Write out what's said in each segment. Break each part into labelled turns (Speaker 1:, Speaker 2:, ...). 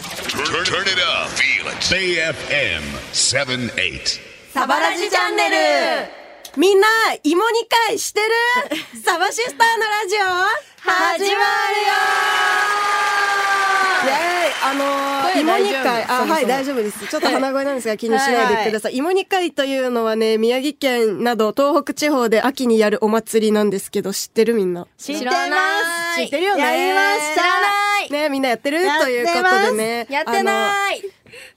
Speaker 1: Turn, turn it up. Feel it. AFM 78.
Speaker 2: サバラジチャンネルみんな芋煮会して るサバシスターのラジオ始まるよイエーイあのー、
Speaker 3: 声
Speaker 2: 芋煮会
Speaker 3: 大丈夫
Speaker 2: あ
Speaker 3: そもそも
Speaker 2: はい大丈夫ですちょっと鼻声なんです が気にしないでください、芋煮会というのはね宮城県など東北地方で秋にやるお祭りなんですけど知ってるみんな
Speaker 3: 知
Speaker 4: ってます
Speaker 2: 知ってるよね
Speaker 4: やりました
Speaker 2: ねみんなやってる
Speaker 4: やっ
Speaker 2: という
Speaker 4: て
Speaker 2: こ
Speaker 4: ます
Speaker 2: とでね
Speaker 3: やって
Speaker 2: い
Speaker 3: ない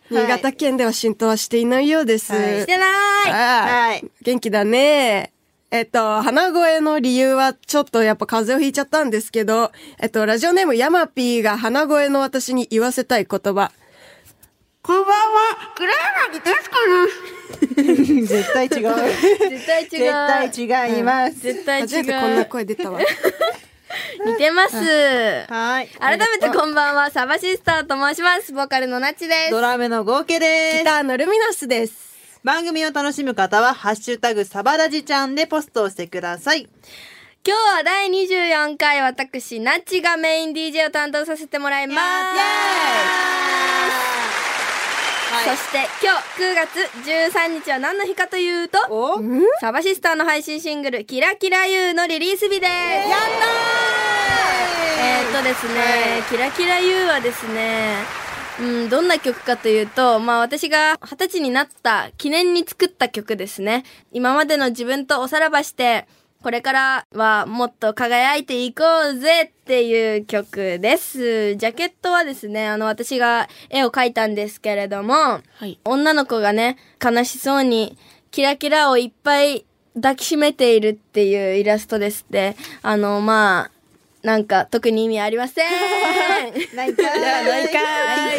Speaker 2: 新潟県では浸透はしていないようです、
Speaker 4: はい
Speaker 3: してない
Speaker 2: ああ
Speaker 4: はい
Speaker 2: 元気だね。えっと、鼻声の理由はちょっとやっぱ風邪をひいちゃったんですけど、えっと、ラジオネームヤマピーが鼻声の私に言わせたい言葉。
Speaker 4: こんばんは黒柳徹子です絶対違う
Speaker 3: 絶対違う
Speaker 4: 絶対違います、
Speaker 3: 絶対違う
Speaker 2: 初めてこんな声出たわ。
Speaker 3: 似てます
Speaker 4: はい
Speaker 3: 改めてこんばんはサバシスターと申しますボーカルのなちです
Speaker 4: ドラムの合計で
Speaker 2: ギ
Speaker 4: す
Speaker 2: ターのルミナスです。
Speaker 4: 番組を楽しむ方はハッシュタグサバラジちゃんでポストをしてください
Speaker 3: 今日は第24回私なちがメイン DJ を担当させてもらいますそして今日9月13日は何の日かというと
Speaker 4: おやっ
Speaker 3: サバシスターの配信シングル「キラキラ U」のリリース日ですやえーっとですね、キラキラ U はですね、うん、どんな曲かというと、まあ私が二十歳になった記念に作った曲ですね。今までの自分とおさらばして、これからはもっと輝いていこうぜっていう曲です。ジャケットはですね、あの私が絵を描いたんですけれども、女の子がね、悲しそうにキラキラをいっぱい抱きしめているっていうイラストですって、あの、まあ、なんか特に意味ありません。
Speaker 4: ないかい
Speaker 2: ないかい
Speaker 4: ないかい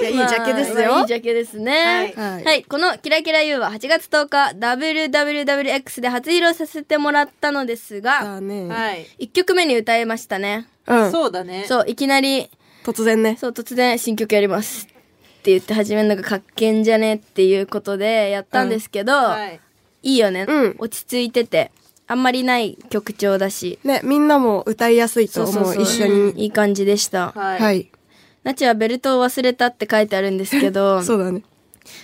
Speaker 2: いや、いいジャケです
Speaker 3: まあい
Speaker 2: よ
Speaker 3: い。ジャケですね。
Speaker 4: は
Speaker 2: はい
Speaker 3: はい。このキラキラ U は8月10日 WWWX で初披露させてもらったのですが、
Speaker 2: だね。
Speaker 4: はい、
Speaker 3: 1曲目に歌いましたね。
Speaker 2: うん。
Speaker 4: そうだね
Speaker 3: そう、いきなり、
Speaker 2: 突然ね。
Speaker 3: そう、突然新曲やりますって言って始めるのがかっけんじゃねっていうことでやったんですけど、
Speaker 4: はい
Speaker 3: いいよね、
Speaker 2: うん
Speaker 3: 落ち着いててあんまりない曲調だし
Speaker 2: ね、みんなも歌いやすいと思う。一緒に。
Speaker 3: いい感じでした、
Speaker 4: はい、
Speaker 2: はい。
Speaker 3: なちはベルトを忘れたって書いてあるんですけ ど
Speaker 2: そうだね。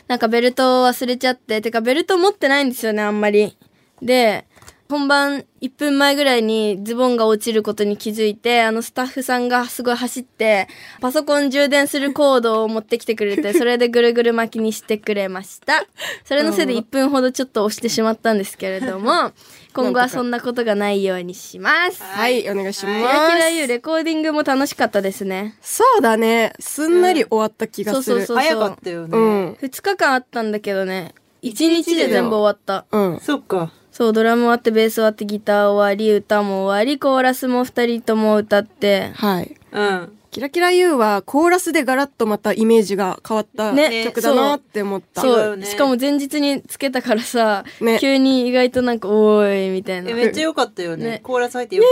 Speaker 3: なんかベルトを忘れちゃっててかベルト持ってないんですよねあんまりで本番1分前ぐらいにズボンが落ちることに気づいてあのスタッフさんがすごい走ってパソコン充電するコードを持ってきてくれ てそれでぐるぐる巻きにしてくれましたそれのせいで1分ほどちょっと押してしまったんですけれど も今後はそんなことがないようにします
Speaker 2: はい、お願いし
Speaker 3: キラキラ U
Speaker 2: ます。
Speaker 3: レコーディングも楽しかったですね
Speaker 2: そうだね。すんなり終わった気がす
Speaker 3: そう
Speaker 2: る。
Speaker 3: そうそう
Speaker 4: 早かったよね、
Speaker 2: うん。
Speaker 3: 2日間あったんだけどね1日で全部終わった
Speaker 2: うん。
Speaker 4: そっか
Speaker 3: そう、ドラム終わって、ベース終わって、ギター終わり、歌も終わり、コーラスも二人とも歌って、
Speaker 2: はい。
Speaker 4: うん
Speaker 2: キラキラ U はコーラスでガラッとまたイメージが変わった
Speaker 3: ね
Speaker 2: 曲だなって思った。
Speaker 4: そう
Speaker 3: そ
Speaker 4: よ
Speaker 3: う、
Speaker 4: ね
Speaker 3: しかも前日につけたからさ、
Speaker 2: ね
Speaker 3: 急に意外となんか、おーい、みたいな
Speaker 4: え。めっちゃ良かったよね
Speaker 3: ね
Speaker 4: コーラス入ってよく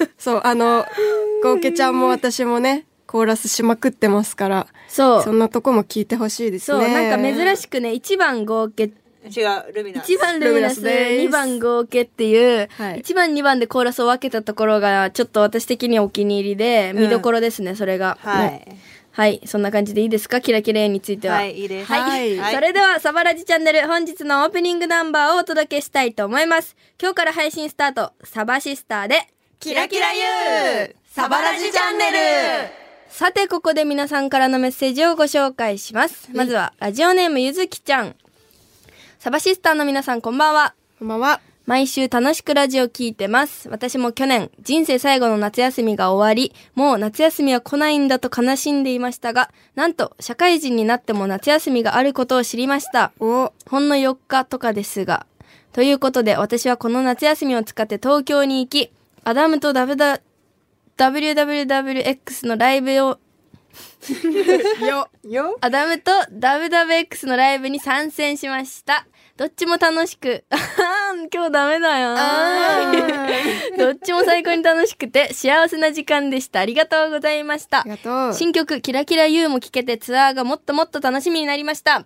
Speaker 4: やった
Speaker 2: そう、あの、ゴーケちゃんも私もね、コーラスしまくってますから、
Speaker 3: そう、
Speaker 2: そんなとこも聞いてほしいです
Speaker 3: そう、
Speaker 2: ね。
Speaker 3: なんか珍しくね、一番合計、
Speaker 4: 違う、ルミナ。
Speaker 3: 一番ルミナス、
Speaker 2: ルミナスです
Speaker 3: 二番合計っていう、
Speaker 2: はい
Speaker 3: 一番二番でコーラスを分けたところが、ちょっと私的にはお気に入りで、
Speaker 4: うん
Speaker 3: 見どころですね、それが。
Speaker 4: はい。
Speaker 3: はい、そんな感じでいいですかキラキラについては。
Speaker 4: はいいいです
Speaker 3: はい。
Speaker 4: はい
Speaker 3: それでは、サバラジチャンネル、本日のオープニングナンバーをお届けしたいと思います。今日から配信スタート、サバシスターで、
Speaker 4: キラキラ U サバラジチャンネル
Speaker 3: さて、ここで皆さんからのメッセージをご紹介します。まずは、ラジオネームゆずきちゃん。サバシスターの皆さん、こんばんは。
Speaker 2: こんばんは。
Speaker 3: 毎週楽しくラジオ聞いてます。私も去年、人生最後の夏休みが終わり、もう夏休みは来ないんだと悲しんでいましたが、なんと、社会人になっても夏休みがあることを知りました。
Speaker 2: お、
Speaker 3: ほんの4日とかですが。ということで、私はこの夏休みを使って東京に行き、アダムとダブダ、WWWX のライブを、
Speaker 2: よ、
Speaker 4: よ。
Speaker 3: アダムと WWX のライブに参戦しました。どっちも楽しく、あー 今日ダメだよ。 どっちも最高に楽しくて幸せな時間でした。ありがとうございました
Speaker 2: あ。りがとう。
Speaker 3: 新曲「キラキラ U」も聴けてツアーがもっともっと楽しみになりました。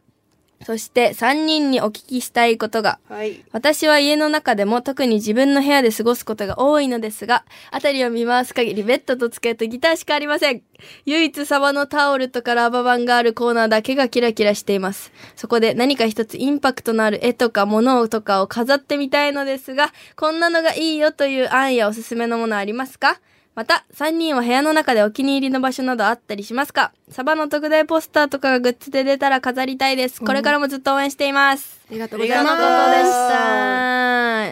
Speaker 3: そして3人にお聞きしたいことが、
Speaker 4: はい。
Speaker 3: 私は家の中でも特に自分の部屋で過ごすことが多いのですが、辺りを見回す限りベッドと机とギターしかありません。唯一サバのタオルとカラーバ版があるコーナーだけがキラキラしています。そこで何か一つインパクトのある絵とか物とかを飾ってみたいのですが、こんなのがいいよという案やおすすめのものありますかまた、3人は部屋の中でお気に入りの場所などあったりしますかサバの特大ポスターとかがグッズで出たら飾りたいです。これからもずっと応援しています。
Speaker 2: ありがとう
Speaker 3: と
Speaker 2: ご
Speaker 3: い
Speaker 2: ざいま
Speaker 3: のこ
Speaker 2: す。
Speaker 3: と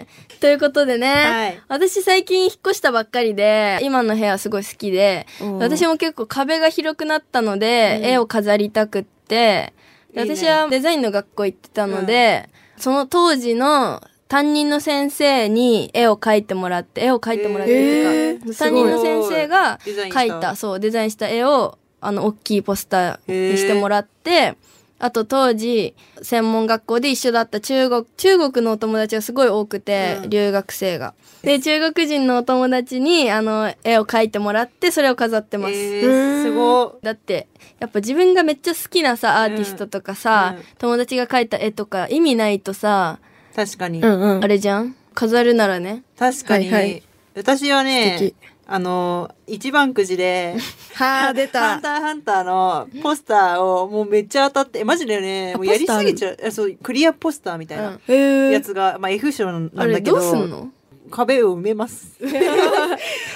Speaker 3: でした。ということでね、
Speaker 4: はい
Speaker 3: 私最近引っ越したばっかりで、今の部屋すごい好きで、
Speaker 2: うん
Speaker 3: 私も結構壁が広くなったので、絵を飾りたくって、で
Speaker 4: いいね
Speaker 3: 私はデザインの学校行ってたので、その当時の担任の先生に絵を描いてもらって、絵を描いてもらってって
Speaker 2: え
Speaker 3: いうか、
Speaker 4: ー
Speaker 3: 担任の先生が
Speaker 4: すごいデザインした
Speaker 3: 描いた、そう、デザインした絵を、あの、大きいポスターにしてもらって、あと当時、専門学校で一緒だった中国、中国のお友達がすごい多くて、
Speaker 4: うん
Speaker 3: 留学生が。で、中国人のお友達に、あの、絵を描いてもらって、それを飾ってます。
Speaker 4: えー、すご
Speaker 3: だってやっぱ自分がめっちゃ好きなさアーティストとかさ、
Speaker 4: うんうん
Speaker 3: 友達が描いた絵とか意味ないとさ、
Speaker 4: い。確かに。
Speaker 2: うんうん。
Speaker 3: あれじゃん飾るならね
Speaker 4: 確かに、
Speaker 2: はいはい
Speaker 4: 私は
Speaker 2: 素
Speaker 4: ね
Speaker 2: 敵、
Speaker 4: あの、一番くじで、
Speaker 2: はあ、出
Speaker 4: ハ
Speaker 2: た
Speaker 4: ン。ターハンターのポスターをもうめっちゃ当たって、えマジでね、
Speaker 2: あ
Speaker 4: もうやりすぎちゃう。えそう、クリアポスターみたいな
Speaker 3: う
Speaker 2: へ
Speaker 4: や
Speaker 2: え。
Speaker 4: つが、まあ F 賞なん
Speaker 3: あ
Speaker 4: だ
Speaker 3: れ
Speaker 4: け
Speaker 3: ど
Speaker 4: ど、
Speaker 3: うすんの
Speaker 4: 壁を埋めます。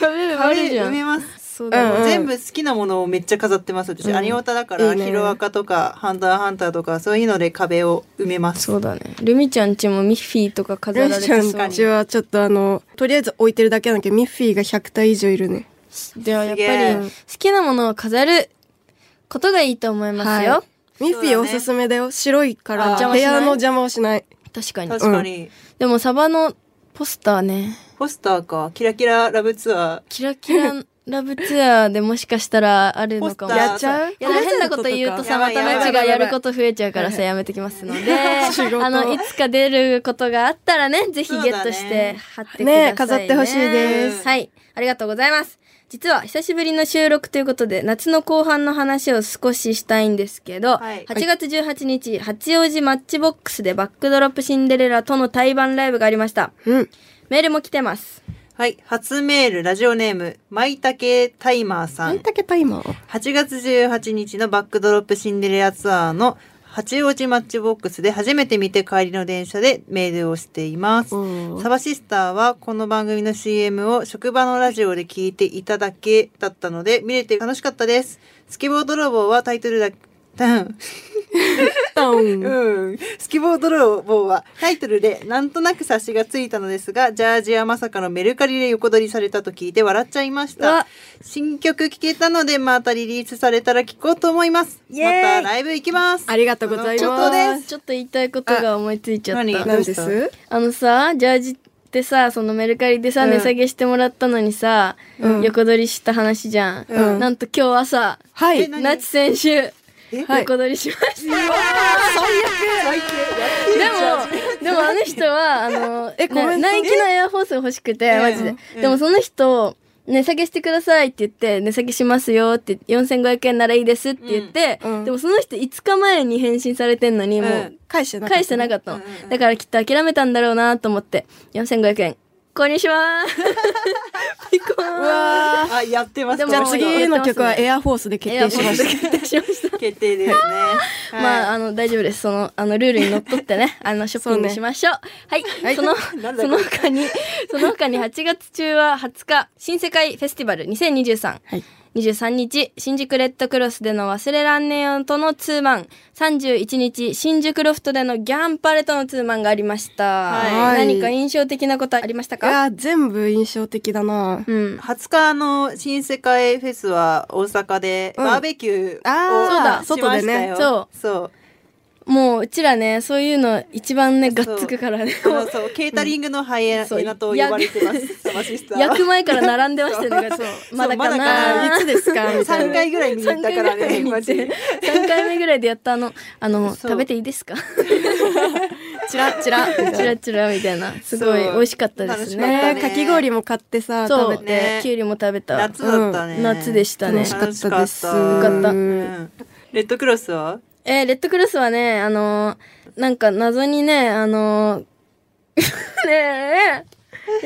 Speaker 3: 食べる
Speaker 4: 壁
Speaker 3: じゃ
Speaker 4: 埋
Speaker 3: ん
Speaker 4: めます。
Speaker 3: そうだ、
Speaker 2: うん
Speaker 4: 全部好きなものをめっちゃ飾ってます。私、
Speaker 3: うん
Speaker 4: アニオタだから、
Speaker 2: いいね
Speaker 4: ヒロアカとか、ハンターハンターとか、そういうので壁を埋めます。
Speaker 3: そうだねルミちゃんちもミッフィーとか飾ら
Speaker 2: ル
Speaker 3: れ
Speaker 2: ミ
Speaker 3: て
Speaker 2: ちゃん
Speaker 3: そ
Speaker 4: か
Speaker 3: う
Speaker 4: に
Speaker 2: ちはちょっとあの、とりあえず置いてるだけなんだけど、ミッフィーが100体以上いるね。
Speaker 3: ではやっ
Speaker 4: すげ
Speaker 3: ぱ
Speaker 4: え
Speaker 3: り好きなものを飾ることがいいと思いますよ、
Speaker 2: はい。ミッフィーおすすめだよ。白いか
Speaker 4: あ
Speaker 2: ら、
Speaker 3: 邪魔
Speaker 2: 部
Speaker 3: しない
Speaker 2: 屋の邪魔をしない。
Speaker 3: 確かに
Speaker 4: 確かに、
Speaker 3: でもサバのポスターね
Speaker 4: ポスターか、キラキララブツア
Speaker 3: キラキララブツアーでもしかしたらあるのかも
Speaker 4: ポスター
Speaker 2: やっちゃう
Speaker 3: いや変なこと言うとさ
Speaker 4: や
Speaker 3: ま
Speaker 4: ばい
Speaker 3: た
Speaker 4: やば
Speaker 3: うち
Speaker 4: い
Speaker 3: がやること増えちゃうからさやめてきますので
Speaker 2: 仕事
Speaker 3: あのいつか出ることがあったらねぜひゲットして貼ってくださいね
Speaker 2: ね飾ってほしいです
Speaker 3: はいありがとうございます実は久しぶりの収録ということで夏の後半の話を少ししたいんですけど、
Speaker 4: はい
Speaker 3: 8月18日八王子マッチボックスでバックドロップシンデレラとの対バンライブがありました
Speaker 2: うん。
Speaker 3: メールも来てます
Speaker 4: ー。はい、初メール、ラジオネーム、まいたけタイマーさ
Speaker 2: あ
Speaker 4: ん
Speaker 2: ん。だけタイマー
Speaker 4: 8月18日のバックドロップシンデレラツアーの八王子マッチボックスで初めて見て帰りの電車でメールをしています
Speaker 2: お。ー
Speaker 4: サバシスターはこの番組の CM を職場のラジオで聞いていただけだったので見れて楽しかったです。スケボー泥棒はタイトルだ、 うん
Speaker 2: タン。
Speaker 4: うん、スキボー泥棒はタイトルでなんとなく察しがついたのですがジャージはまさかのメルカリで横取りされたと聞いて笑っちゃいまし
Speaker 3: うわ
Speaker 4: た新曲聴けたのでまたリリースされたら聴こうと思いますま
Speaker 3: イエーイ
Speaker 4: たライブ行きます
Speaker 2: ありがとうございます
Speaker 4: そのことです
Speaker 3: ちょっと言いたいことが思いついちゃった
Speaker 4: 何
Speaker 2: なんです
Speaker 3: あのさジャージってさそのメルカリでさ、
Speaker 2: うん
Speaker 3: 値下げしてもらったのにさ、
Speaker 2: うん
Speaker 3: 横取りした話じゃん、
Speaker 2: うん
Speaker 3: なんと今日朝
Speaker 2: は
Speaker 4: え
Speaker 2: い。
Speaker 4: 何
Speaker 3: ナチ選手
Speaker 4: え
Speaker 3: 横取りしました、
Speaker 4: 最低
Speaker 3: でもでもあの人はあの
Speaker 2: えコメント
Speaker 3: なナイキのエアフォース欲しくて
Speaker 4: え
Speaker 3: マジで、
Speaker 4: うん
Speaker 3: でもその人値下げしてくださいって言って値下げしますよって4500円ならいいですって言って、
Speaker 2: うんうん
Speaker 3: でもその人5日前に返信されてんのにもう、
Speaker 4: うん
Speaker 2: 返してなかった。
Speaker 3: 返してなかったの、
Speaker 4: うんうんうん
Speaker 3: だからきっと諦めたんだろうなと思って4500円購入しまーすピコーン
Speaker 2: うわ
Speaker 4: あやってます
Speaker 3: でも
Speaker 2: ーじゃあ次の曲はエアフォースで決
Speaker 3: エア
Speaker 2: 定
Speaker 3: フ
Speaker 2: し
Speaker 3: ォー
Speaker 2: ま
Speaker 3: ス
Speaker 2: した。
Speaker 3: で決定しました
Speaker 4: 決定ですね、はい
Speaker 3: まあ、あの、大丈夫です。その、あの、ルールにのっとってね、あの、ショッピングしましょう。はい。その、
Speaker 4: なんだ
Speaker 3: その他に、その他に8月中は20日、新世界フェスティバル2023。
Speaker 2: はい
Speaker 3: 23日、新宿レッドクロスでの忘れらんねえよとのツーマン。31日、新宿ロフトでのギャンパレとのツーマンがありました。
Speaker 4: はい
Speaker 3: 何か印象的なことありました
Speaker 2: い
Speaker 3: か
Speaker 2: やー全部印象的だな。
Speaker 3: うん。
Speaker 4: 20日の新世界フェスは大阪で
Speaker 2: うん
Speaker 4: バーベキューをし
Speaker 2: あー
Speaker 4: ましたよ、
Speaker 3: そうだ外でね
Speaker 4: そう
Speaker 3: もう、うちらね、そういうの一番ね、がっつくからね。も
Speaker 4: そううそう、ケータリングのハイエ
Speaker 3: そう
Speaker 4: ナと呼ばれてます、サバシスターは。
Speaker 3: 焼く前から並んでましたよね。まだ
Speaker 4: う
Speaker 3: か
Speaker 4: そうまだ
Speaker 3: な
Speaker 4: か
Speaker 3: ー
Speaker 4: な
Speaker 2: あーいつですかみたい
Speaker 4: 3
Speaker 2: な。
Speaker 4: 回ぐらい見に行ったからね、マジで。
Speaker 3: 3回目ぐらいでやったあの、あの、
Speaker 4: そう
Speaker 3: 食べていい ですか
Speaker 2: チラチラ。
Speaker 3: チラチラみたいな。すごい
Speaker 4: そう
Speaker 3: 美味しかったです
Speaker 4: 楽し
Speaker 3: ね。
Speaker 2: ねかき氷も買ってさ、
Speaker 3: そ
Speaker 2: 食べ
Speaker 3: う、
Speaker 2: て。
Speaker 4: ね
Speaker 3: きゅうりも食べた。
Speaker 4: 夏だったね。
Speaker 3: うん夏でしたね
Speaker 2: 楽しかったです。
Speaker 4: 楽しかった
Speaker 3: よかった
Speaker 2: う
Speaker 4: うんんレッドクロスは
Speaker 3: えーレッドクロスはね、あのーなんか謎に ね、あのーねえ、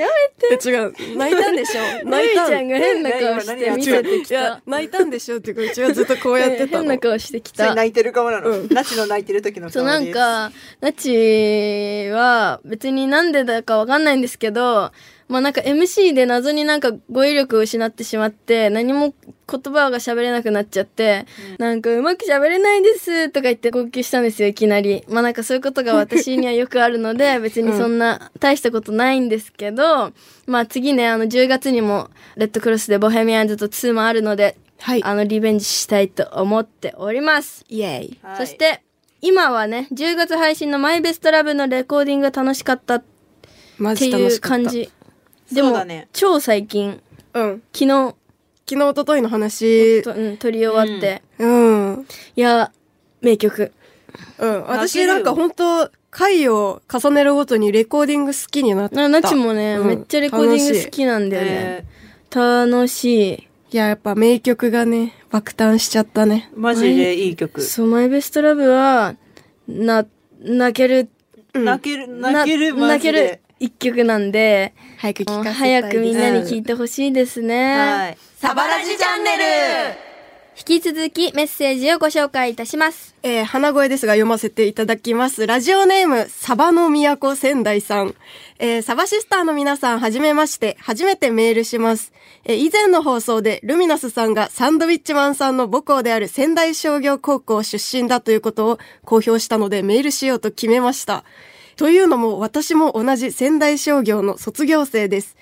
Speaker 3: やめて。
Speaker 2: え違う泣いたんでしょ 泣いた
Speaker 3: るいちゃんが変な顔して見せてき
Speaker 2: いや
Speaker 3: た。
Speaker 2: 泣いたんでしょっていうかうちはずっとこうやってた
Speaker 3: 変
Speaker 2: の
Speaker 3: な顔してき
Speaker 4: それ
Speaker 3: た。
Speaker 4: 泣いてる顔なの。
Speaker 2: うん
Speaker 4: ナチの泣いてる時の
Speaker 3: そう
Speaker 4: 顔
Speaker 3: な
Speaker 4: です。
Speaker 3: んか、ナチは別になんでだかわかんないんですけど、まあなんか MC で謎になんか語彙力を失ってしまって、何も言葉が喋れなくなっちゃって、なんかうまく喋れないですとか言って号泣したんですよ、いきなり。まあなんかそういうことが私にはよくあるので、 別にそんな大したことないんですけど、まあ次ね、あの10月にもレッドクロスでボヘミアンズと2もあるので、
Speaker 2: はい
Speaker 3: あのリベンジしたいと思っております。
Speaker 2: イエーイ
Speaker 4: はい
Speaker 3: そして、今はね、10月配信のマイベストラブのレコーディングが楽しかったっ
Speaker 2: マ
Speaker 3: て
Speaker 2: ジ
Speaker 3: い
Speaker 2: 楽
Speaker 3: う
Speaker 2: しかった
Speaker 3: 感じ。でも
Speaker 4: そうだね
Speaker 3: 超最近、
Speaker 2: うん
Speaker 3: 昨日、
Speaker 2: 昨日一昨日の話
Speaker 3: とうん、撮り終わって、
Speaker 2: うんうん
Speaker 3: いや、名曲。
Speaker 2: 私なんか本当回を重ねるごとにレコーディング好きになった
Speaker 3: ななちもね、
Speaker 2: うん
Speaker 3: めっちゃレコーディング好
Speaker 2: 楽しい
Speaker 3: きなんだよね。
Speaker 4: え
Speaker 3: 楽し
Speaker 2: いややっぱ名曲がね爆誕しちゃったね
Speaker 4: ーマジでいい曲
Speaker 3: い。。そう、マイベストラブは、な、泣ける、
Speaker 4: 泣ける、
Speaker 3: な
Speaker 4: 泣ける、マ
Speaker 3: 泣
Speaker 4: ジ
Speaker 3: ける
Speaker 4: で。
Speaker 3: 一曲なんで、
Speaker 2: 早く
Speaker 3: も
Speaker 2: 聴
Speaker 3: う
Speaker 2: かせたい
Speaker 3: 早くみんなに聞
Speaker 2: い
Speaker 3: いてほしいですね。
Speaker 4: はい。
Speaker 3: サバラジチャンネル引き続きメッセージをご紹介いたします。
Speaker 2: えー、花声ですが読ませていただきます。ラジオネーム、サバの都仙台さん。えー、サバシスターの皆さん、はじめまして、初めてメールします。えー、以前の放送で、ルミナスさんがサンドウィッチマンさんの母校である仙台商業高校出身だということを公表したので、メールしようと決めました。というのも、私も同じ仙台商業の卒業生です。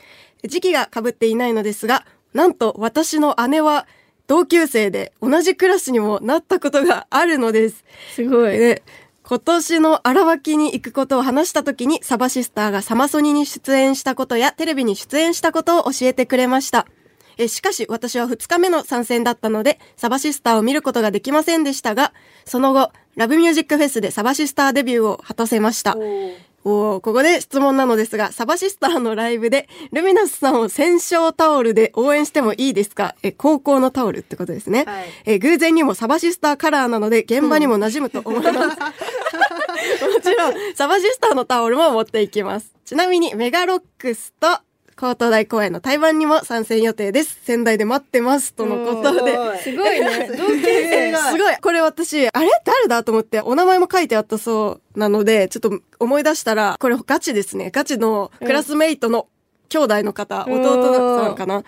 Speaker 2: 時期が被っていないのですが、なんと私の姉は、同級生で同じクラスにもなったことがあるのです。
Speaker 3: すごい。
Speaker 2: で今年の荒脇に行くことを話した時にサバシスターがサマソニに出演したことやテレビに出演したことを教えてくれました。えしかし私は2日目の参戦だったのでサバシスターを見ることができませんでしたが、その後、ラブミュージックフェスでサバシスターデビューを果たせました。おーここで質問なのですが、サバシスターのライブで、ルミナスさんを戦勝タオルで応援してもいいですかえ、高校のタオルってことですね。
Speaker 4: はい
Speaker 2: え、偶然にもサバシスターカラーなので、現場にも馴染むと 思います。もちろん、サバシスターのタオルも持っていきます。ちなみに、メガロックスと、高東大公演の対バンにも参戦予定です。仙台で待ってます。とのことで。
Speaker 3: すごい ね。同級
Speaker 4: 生が
Speaker 2: すごいこれ私、あれ誰だと思って、お名前も書いてあったそうなので、ちょっと思い出したら、これガチですね。ガチのクラスメイトの兄弟の方、
Speaker 3: うん
Speaker 2: 弟さんかな、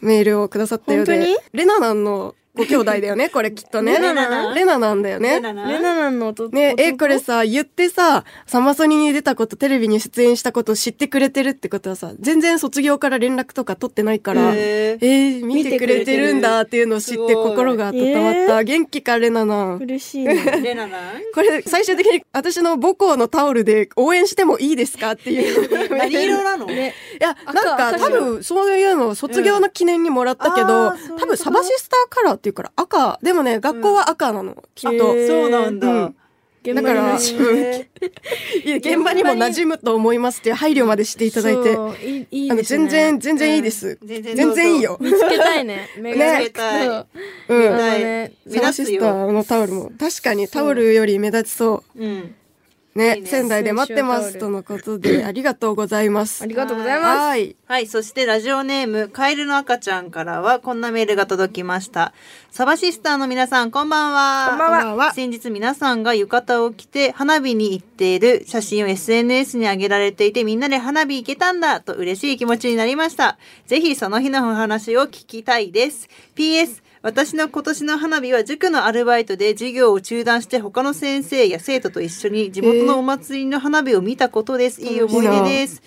Speaker 2: メールをくださったようで。
Speaker 3: 本当に
Speaker 2: レナナンのご兄弟だ よね、これきっとね。
Speaker 3: レナナ
Speaker 2: レナナンだよね。
Speaker 4: レナナ
Speaker 3: レナナの弟。
Speaker 2: ねえ、これさ、言ってさ、サマソニに出たこと、テレビに出演したこと知ってくれてるってことはさ、全然卒業から連絡とか取ってないから、
Speaker 4: へー
Speaker 2: えー見てくれてるんだっていうのを知って
Speaker 4: すごい
Speaker 2: 心が温まった。元気か、レナナン。
Speaker 3: 嬉しいね。
Speaker 4: レナナン
Speaker 2: これ、最終的に私の母校のタオルで応援してもいいですかっていう。
Speaker 4: 何色なの
Speaker 3: ね
Speaker 2: いや、
Speaker 3: 赤
Speaker 2: なんか
Speaker 3: 赤
Speaker 2: 多分そういうのを卒業の記念にもらったけ
Speaker 4: うん
Speaker 2: ど、
Speaker 4: あーそういうこと
Speaker 2: 多分サバシスターカラーっていうから赤。でもね、学校は赤なの、きっ
Speaker 3: え
Speaker 2: と。
Speaker 3: ー
Speaker 4: そうなんだ。
Speaker 2: うん
Speaker 3: 現
Speaker 2: だ
Speaker 3: 場
Speaker 2: か
Speaker 3: に
Speaker 2: ら、
Speaker 3: 馴染む
Speaker 4: へ
Speaker 2: いや現場にも馴染むと思いますっていう配慮までしていただいて。
Speaker 3: そういいいい
Speaker 2: あの
Speaker 3: ですね
Speaker 2: 全然、全然いいです。
Speaker 4: うん全然
Speaker 2: 全
Speaker 4: どうぞ
Speaker 2: 然いいよ。
Speaker 3: 見つけたい ね。目
Speaker 2: ね
Speaker 4: 見つけたい
Speaker 2: うん。
Speaker 3: そう
Speaker 2: サ
Speaker 3: だ
Speaker 4: たい
Speaker 3: ね。
Speaker 4: 目
Speaker 2: バ
Speaker 4: 立
Speaker 2: シ
Speaker 4: つ
Speaker 2: スタ
Speaker 4: よ。
Speaker 2: ーのタオルも。確かにタオルより目立ちそう。
Speaker 4: うん。
Speaker 2: ね
Speaker 4: いね
Speaker 2: 仙台で待ってま
Speaker 3: 先週
Speaker 2: す
Speaker 3: タオ
Speaker 2: とのことでありがとうございます。
Speaker 3: ありがとうございます。
Speaker 2: はい。
Speaker 4: はい。そしてラジオネーム、カエルの赤ちゃんからは、こんなメールが届きました。サバシスターの皆さん、こんばんは。
Speaker 2: こんばんはこんばんは
Speaker 4: 先日皆さんが浴衣を着て、花火に行っている写真を SNS に上げられていて、みんなで花火行けたんだと嬉しい気持ちになりました。ぜひその日のお話を聞きたいです。PS、私の今年の花火は塾のアルバイトで授業を中断して他の先生や生徒と一緒に地元のお祭りの花火を見たことです。いい思い出です。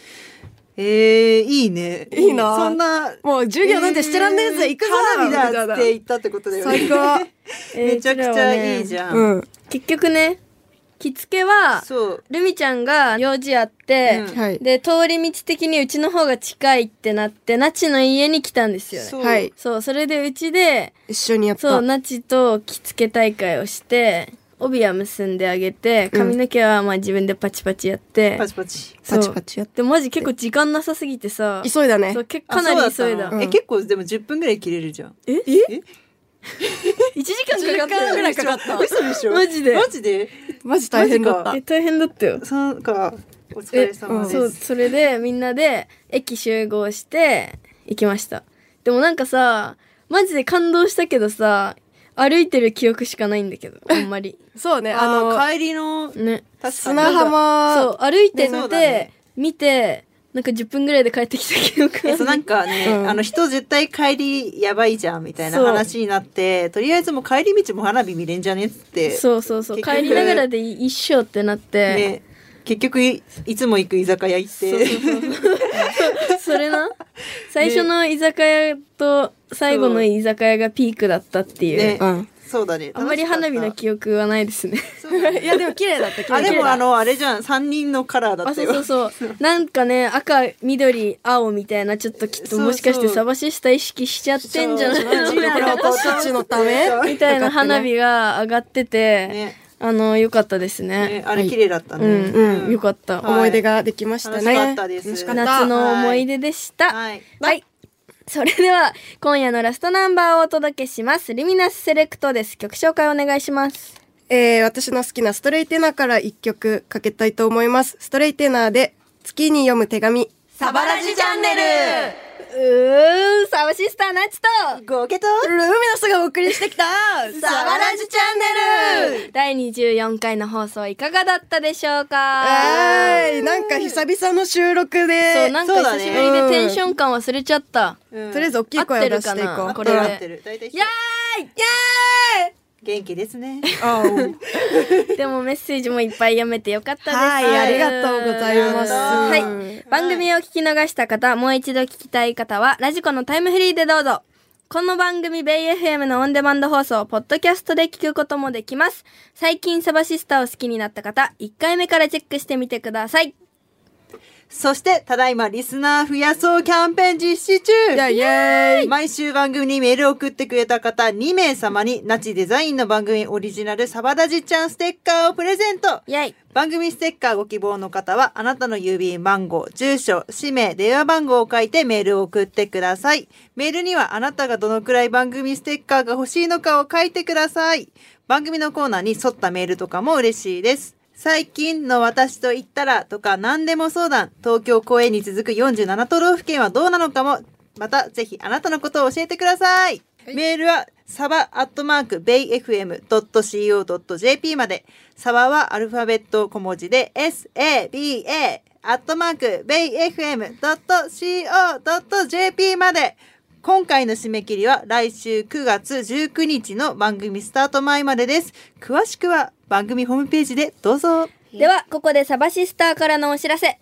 Speaker 4: えー、いいね。
Speaker 2: いいな
Speaker 4: そんな。
Speaker 2: もう授業なんてしてらんねえぜ行くぞ
Speaker 4: 花火だっ
Speaker 2: みた
Speaker 4: て
Speaker 2: い
Speaker 4: 言ったってこと
Speaker 2: な
Speaker 4: だよ
Speaker 2: 最
Speaker 4: ね。
Speaker 2: 高。
Speaker 4: めちゃくちゃいいじ
Speaker 3: ゃん。
Speaker 4: ゃん。
Speaker 2: うん。
Speaker 3: 結局ね、着付けは、
Speaker 4: そう。
Speaker 3: ルミちゃんが用事あって、
Speaker 4: うん
Speaker 2: はい
Speaker 3: で、通り道的にうちの方が近いってなって、ナチの家に来たんですよね。
Speaker 4: そう
Speaker 2: はい。
Speaker 3: そう、それでうちで、
Speaker 2: 一緒にやった。
Speaker 3: そう、ナチと着付け大会をして、帯は結んであげて、髪の毛はまあ自分でパチパチやって、
Speaker 4: パチパチ。
Speaker 3: そ
Speaker 2: パ
Speaker 3: う
Speaker 2: チパチやって
Speaker 3: で、マジ結構時間なさすぎてさ、
Speaker 2: 急いだね
Speaker 3: そう。結
Speaker 4: あ
Speaker 3: 構かなり急い
Speaker 4: そう
Speaker 3: だ。
Speaker 4: ったのえ、結構でも10分ぐらい切れるじゃん。
Speaker 3: え ?1 時間かかかった
Speaker 2: ぐらいかかった
Speaker 4: 嘘でしょ
Speaker 3: マジで
Speaker 4: マジで
Speaker 2: マジ大変だった
Speaker 4: マ
Speaker 3: え大変だったよ
Speaker 4: そうかお疲れ様です、
Speaker 2: え
Speaker 3: そうそれでみんなで駅集合して行きましたでもなんかさマジで感動したけどさ歩いてる記憶しかないんだけどあんまり
Speaker 2: そうねあの
Speaker 4: あの帰りの
Speaker 3: ね
Speaker 4: 確かに
Speaker 2: 砂浜
Speaker 3: そう歩いて
Speaker 4: ねそう
Speaker 3: みて、
Speaker 4: だね
Speaker 3: 見てなんか10分ぐらいで帰ってきた記憶
Speaker 4: え
Speaker 3: が
Speaker 4: そうなんかね、
Speaker 2: うん
Speaker 4: あの人絶対帰りやばいじゃんみたいな話になってとりあえずもう帰り道も花火見れんじゃねって
Speaker 3: そうそうそう
Speaker 4: 結局
Speaker 3: 帰りながらでい一生ってなって、
Speaker 4: ね結局いいつも行く居酒屋行って
Speaker 3: そうそうそうそれ な最初の居酒屋と最後の居酒屋がピークだったっていう、
Speaker 4: ね
Speaker 2: うん
Speaker 4: そうだね
Speaker 3: あんまり花火の
Speaker 4: 楽し
Speaker 3: 記憶はないですね
Speaker 4: かったそうだね
Speaker 2: いやでも綺麗だった綺麗
Speaker 4: あでも
Speaker 2: だ
Speaker 4: あ
Speaker 2: った
Speaker 4: のあれじゃん3人のカラー だ
Speaker 3: あ
Speaker 4: った
Speaker 3: そう
Speaker 4: よ
Speaker 3: そうそうなんかね赤緑青みたいなちょっときっともしかして
Speaker 4: そうそう
Speaker 3: サバシスタ意識しちゃってんじゃない
Speaker 4: そう
Speaker 3: の
Speaker 4: そう
Speaker 2: これ私たちのため
Speaker 3: みたいな花火が上がってて、
Speaker 4: ね
Speaker 3: あの良かったです
Speaker 4: ね
Speaker 3: ね
Speaker 4: あれ綺麗だったね、
Speaker 3: うん、
Speaker 2: うん
Speaker 3: 良かった、
Speaker 4: はい
Speaker 2: 思い出ができましたね
Speaker 4: 楽しかったです
Speaker 2: 楽しかった
Speaker 3: 夏の思い出でした、
Speaker 4: はい
Speaker 3: はい。それでは、今夜のラストナンバーをお届けします。ルミナスセレクトです。曲紹介お願いします。
Speaker 2: えー私の好きなストレイテナーから一曲かけたいと思います。ストレイテナーで月に読む手紙。
Speaker 4: サバラジチャンネル
Speaker 3: うーん、サブシスターナチと、
Speaker 4: ごけと
Speaker 2: ルミナスがお送りしてきた
Speaker 4: サバラジチャンネル
Speaker 3: 第24回の放送いかがだったでしょうか
Speaker 2: はーいなんか久々の収録
Speaker 3: そう、
Speaker 2: で、
Speaker 3: なんか久しぶり
Speaker 2: そうだね
Speaker 3: でテンション感忘れちゃった。
Speaker 4: うん
Speaker 2: とりあえず大きい声を出してい
Speaker 3: 合
Speaker 2: こ
Speaker 3: っ
Speaker 2: う。
Speaker 3: て
Speaker 4: こ
Speaker 3: るか
Speaker 4: れ
Speaker 3: な
Speaker 4: 合
Speaker 3: これ
Speaker 4: ってる大体
Speaker 3: やーいや
Speaker 4: 元気ですね
Speaker 2: あー
Speaker 3: ー いでもメッセージもいっぱい読めてよかったです。
Speaker 2: はい、ありがとうございます。
Speaker 4: はい
Speaker 3: はい。番組を聞き逃した方、もう一度聞きたい方は、ラジコのタイムフリーでどうぞ。この番組、ベイ FM のオンデマンド放送、ポッドキャストで聞くこともできます。最近、サバシスターを好きになった方、1回目からチェックしてみてください。
Speaker 4: そして、ただいまリスナー増やそうキャンペーン実施中
Speaker 2: いや、イエーイ
Speaker 4: 毎週番組にメールを送ってくれた方2名様にナチデザインの番組オリジナルサバダジちゃんステッカーをプレゼント
Speaker 3: イェイ。
Speaker 4: 番組ステッカーご希望の方はあなたの郵便番号住所氏名電話番号を書いてメールを送ってくださいメールにはあなたがどのくらい番組ステッカーが欲しいのかを書いてください番組のコーナーに沿ったメールとかも嬉しいです最近の私と言ったらとか何でも相談東京公演に続く47都道府県はどうなのかもまたぜひあなたのことを教えてください、メールはサバアットマークベイ FM.co.jp までサバはアルファベット小文字で SABA アットマークベイ FM.co.jp まで今回の締め切りは来週9月19日の番組スタート前までです詳しくは番組ホームページでどうぞ
Speaker 3: では、ここでサバシスターからのお知らせ。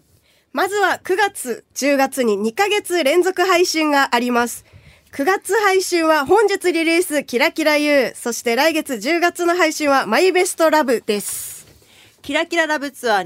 Speaker 2: まずは9月、10月に2ヶ月連続配信があります。9月配信は本日リリース、キラキラ U。そして来月10月の配信は、マイベストラブです。
Speaker 4: キラキララブツアー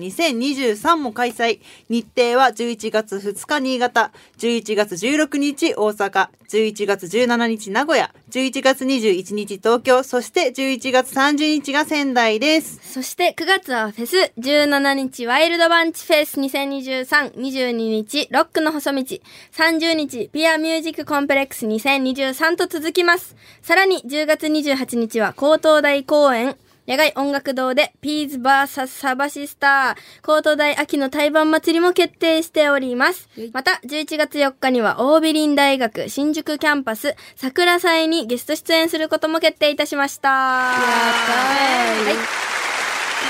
Speaker 4: 2023も開催。日程は11月2日新潟、11月16日大阪、11月17日名古屋、11月21日東京、そして11月30日が仙台です。
Speaker 3: そして9月はフェス、17日ワイルドバンチフェス2023、22日ロックの細道、30日ピアミュージックコンプレックス2023と続きます。さらに10月28日は高東大公演、野外音楽堂でピーズバーサスサバシスター、高東大秋の対バン祭りも決定しております。また11月4日には大美林大学新宿キャンパス桜祭にゲスト出演することも決定いたしました。やったはい。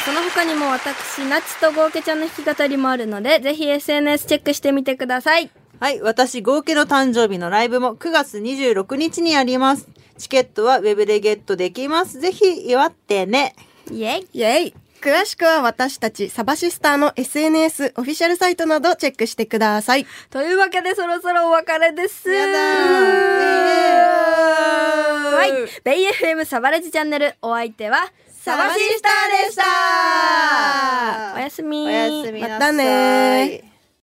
Speaker 3: その他にも私、ナチとゴーケちゃんの弾き語りもあるので、ぜひ SNS チェックしてみてください。
Speaker 4: はい、私、合計の誕生日のライブも9月26日にあります。チケットはウェブでゲットできます。ぜひ祝ってね。
Speaker 3: イェイ
Speaker 2: イェイ詳しくは私たちサバシスターの SNS、オフィシャルサイトなどチェックしてください。
Speaker 3: というわけでそろそろお別れです。
Speaker 4: やだー
Speaker 3: はい。ベイ FM サバラジチャンネル、お相手は、サバシスターでしたおやすみ。
Speaker 4: おやすみなさい。
Speaker 2: またねー